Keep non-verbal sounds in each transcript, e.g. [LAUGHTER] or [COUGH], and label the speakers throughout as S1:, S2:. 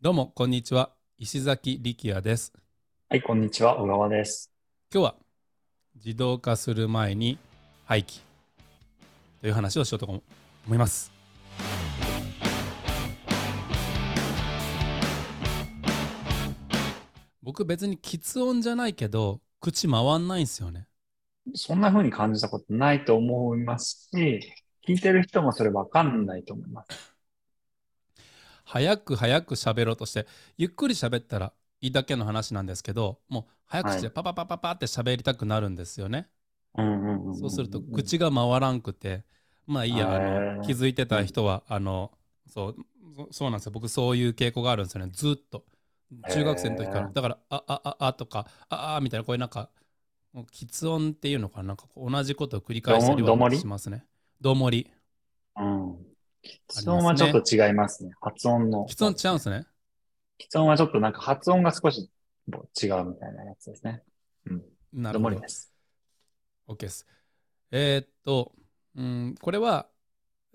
S1: どうも、こんにちは。石崎力也です。
S2: はい、こんにちは、小川です。
S1: 今日は自動化する前に廃棄という話をしようと思います。僕別に喫音じゃないけど口回んないんですよね。
S2: そんな風に感じたことないと思いますし、聞いてる人もそれわかんないと思います。
S1: 早く早く喋ろうとしてゆっくり喋ったらいいだけの話なんですけどもう早口でパパパパパって喋りたくなるんですよね。
S2: うんうんうんうん
S1: そうすると口が回らんくて、まあいいや、あ
S2: へ
S1: の
S2: ー
S1: 気づいてた人は、あのそうそ、そうなんですよ、僕そういう傾向があるんですよね、ずっと。中学生の時から、
S2: へー
S1: だから、ああああとか、ああみたいな、こういうなんか、喫音っていうのかな、なんかこう同じことを繰り返してるよ
S2: ど
S1: う
S2: もども
S1: な
S2: り
S1: しますね。どもり。
S2: うん。
S1: す
S2: 喫
S1: ね
S2: 音はちょっと違いますね。発音の。
S1: 喫音ちゃうんですね。
S2: 喫音はちょっとなんか発音が少し違うみたいなやつですね。
S1: な
S2: ど
S1: る
S2: も
S1: ほ
S2: り
S1: ど
S2: で。す。
S1: OK です。えーっと、うん、これは、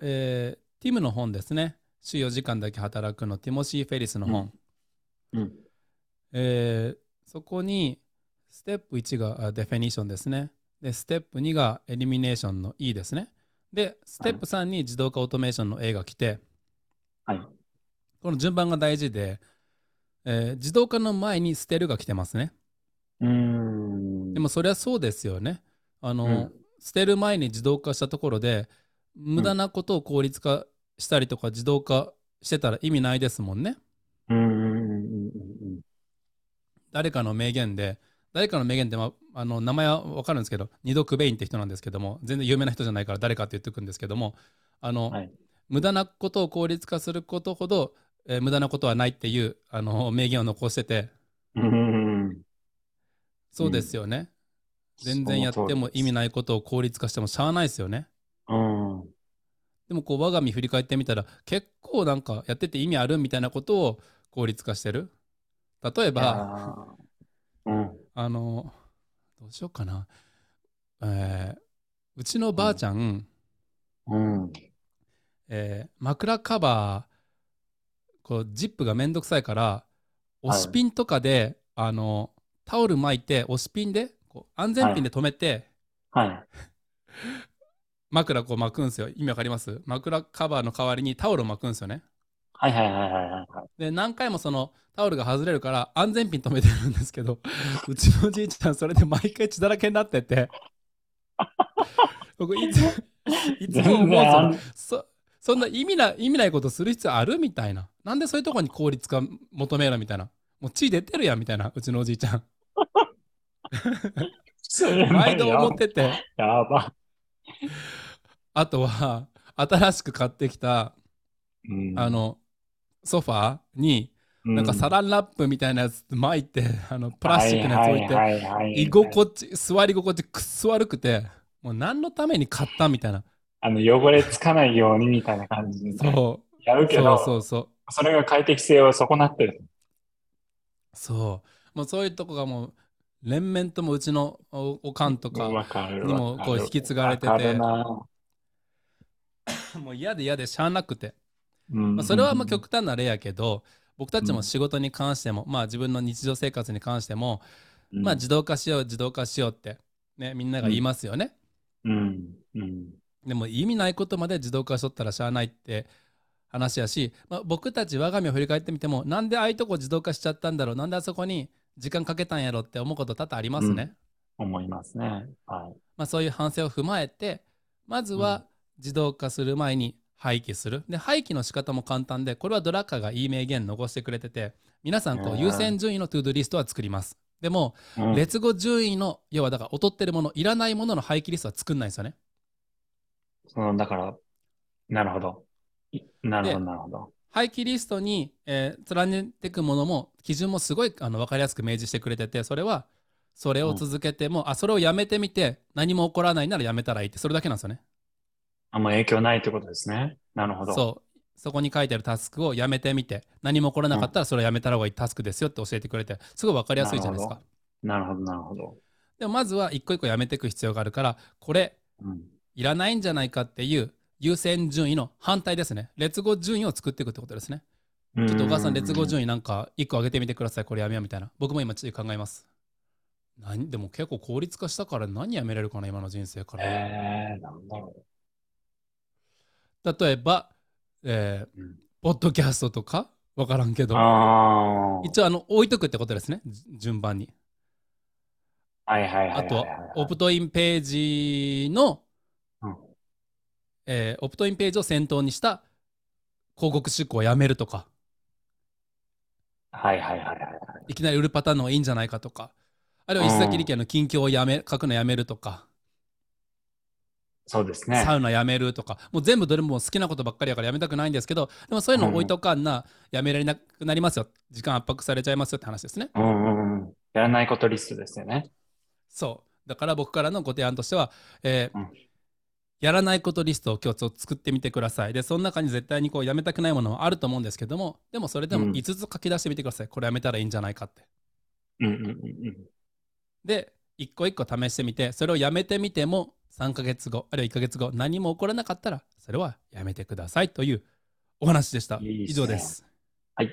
S1: えーティムの本ですね。週4時間だけ働くの、ティモシー・フェリスの本。
S2: うんうん。
S1: えーそこにステップ1がデフィニッションですね。で、ステップ2がエリミネーションの E ですね。で、ステップ3に自動化オートメーションの A が来て、
S2: はい
S1: この順番が大事で、えー自動化の前に捨てるが来てますね。
S2: うーん。
S1: でもそれはそうですよね。あの、
S2: うん
S1: 捨てる前に自動化したところで、無駄なことを効率化したりとか自動化してたら意味ないですもんね。
S2: うんうんうんうんうん
S1: 誰かの名言で誰かの名言って、まあ、あの名前は分かるんですけど二度クベインって人なんですけども全然有名な人じゃないから誰かって言ってくんですけどもあの、
S2: はい
S1: 無駄なことを効率化することほど、えー無駄なことはないっていうあの名言を残してて
S2: うんうんうん。
S1: そうですよね、全然やっても意味
S2: ない。
S1: ないことを効率化してもしゃあないですよね
S2: うん。
S1: でもこう我が身振り返ってみたら結構なんかやってて意味あるみたいなことを効率化してる例え
S2: い
S1: ば
S2: やーうん。
S1: あの、どうしようかな。えーうちのばあちゃん、
S2: うん。
S1: えー枕カバー、こう、ジップがめんどくさいから、押しピンとかで、あの、タオル巻いて、押しピンで、こう安全ピンで留めて、
S2: はい。
S1: 枕こう巻くんですよ。意味わかります枕カバーの代わりにタオルを巻くんですよね。
S2: はいはいはいはいはい。
S1: で、何回もそのタオルが外れるから安全ピン留めてるんですけ
S2: [LAUGHS]
S1: ど、うちのじいちゃん、それで毎回血だらけになってて、僕い
S2: [LAUGHS]
S1: つ、いつも思うん
S2: 全
S1: ですよ
S2: 然安
S1: そそんな意味な意味ないことする必要あるみたいな。なんでそういうとこに効率化求めるみたいな。もう血出てるやんみたいな、うちのおじいちゃん。毎度思ってて。
S2: やば。
S1: あとは、新しく買ってきた、
S2: うん
S1: あ、の、ソファーに、なんかサラ
S2: ら
S1: ンラップみたいなやつ巻いて、 [LAUGHS] あの、プラスチックのやつ置いて、
S2: て
S1: 居心地、座り心地くっそ悪くて、もう何のために買ったみたいな。
S2: あの、汚れつかないようにみたいな感じで
S1: そ
S2: やる
S1: う、
S2: け
S1: そう
S2: ど、
S1: そうそう。
S2: それが快適性を損なってる。
S1: そう。もうそういうとこがもう、連綿ともうちのおおかんとか、
S2: わかる
S1: にもこう引き継がれてて
S2: わかるな
S1: もう嫌で嫌でしゃあなくて。
S2: うん
S1: まあ、それはまあ極端な例やけど、僕たちも仕事に関しても、まあ自分の日常生活に関しても、
S2: うん
S1: まあ自動化しよう、自動化しようって、ね、みんなが言いますよね。
S2: うん。うん。
S1: でも意味ないことまで自動化しとったらしゃあないって話やし、まあ、僕たち我が身を振り返ってみても、なんでああいうとこ自動化しちゃったんだろう、なんであそこに時間かけたんやろって思うこと多々ありますね。
S2: うん思いますね。はい。
S1: まあ、そういう反省を踏まえてまず
S2: う
S1: は自動化する前に廃棄する、で廃棄の仕方も簡単でこれはドラッカーがいい名言残してくれてて皆さんこ
S2: へ
S1: う
S2: ー
S1: 優先順位のトゥードゥリストは作りますでも
S2: うん
S1: 劣後順位の要はだから劣ってるものいらないものの廃棄リストは作んないんですよね
S2: その、だから、なるほど。いなるほど、
S1: で
S2: なるほど。
S1: 廃棄リストに、えー連ねていくものも基準もすごいあの分かりやすく明示してくれててそれはそれを続けても、あそれをやめてみて何も起こらないならやめたらいいってそれだけなんですよね
S2: あんま影響ないってことですね。なるほど。
S1: そうそこに書いてあるタスクをやめてみて何も起こらなかったらそれをやめた方がいいタスクですよって教えてくれてすごい分かりやすいじゃないです
S2: なる
S1: か
S2: ほなるほど、なるほど。
S1: でもまずは一個一個やめていく必要があるからこれ
S2: うん。
S1: いらないんじゃないかっていう優先順位の反対ですね列語順位を作っていくってことですね
S2: ちょ
S1: ちょっとお母さん、劣後順位なんか1個上げてみてください、これやめようみたいな。僕も今、ちょっと考えます。何でも結構効率化したから何やめれるかな、今の人生から。
S2: えー、なんだろう。
S1: 例えば、えー
S2: うん
S1: ポッドキャストとか、わからんけど、
S2: あ
S1: 一応あの置いとくってことですね、じ順番に。
S2: あ。はいはいはいはいはい。
S1: あとは、オプトインページの、
S2: うん
S1: えーオプトインページを先頭にした広告出稿をやめるとか、
S2: はいはいはいはいはい。
S1: いきなり売るパターンの方がいいんじゃないかとか、あるいは石崎理系の近況をやめ書くのやめるとか、
S2: そうですね。
S1: サウナやめるとか、もう全部どれも好きなことばっかりやからやめたくないんですけど、でもそういうのを置いとかんな、やめられなくなりますよ、時間圧迫されちゃいますよって話ですね。
S2: うんうんうん。やらないことリストですよね。
S1: そう。だから僕からのご提案としては、えー
S2: うん
S1: やらないことリストを今日ちょっと作ってみてください。で、その中に絶対にこうやめたくないものもあると思うんですけども、でもそれでも
S2: うん
S1: 5つ書き出してみてください。これやめたらいいんじゃないかって。
S2: うんうんうんうん。
S1: で、一個一個試してみて、それをやめてみても3ヶ月後、あるいは1ヶ月後、何も起こらなかったら、それはやめてくださいというお話でした。
S2: いいっすね
S1: 以上です。
S2: はい。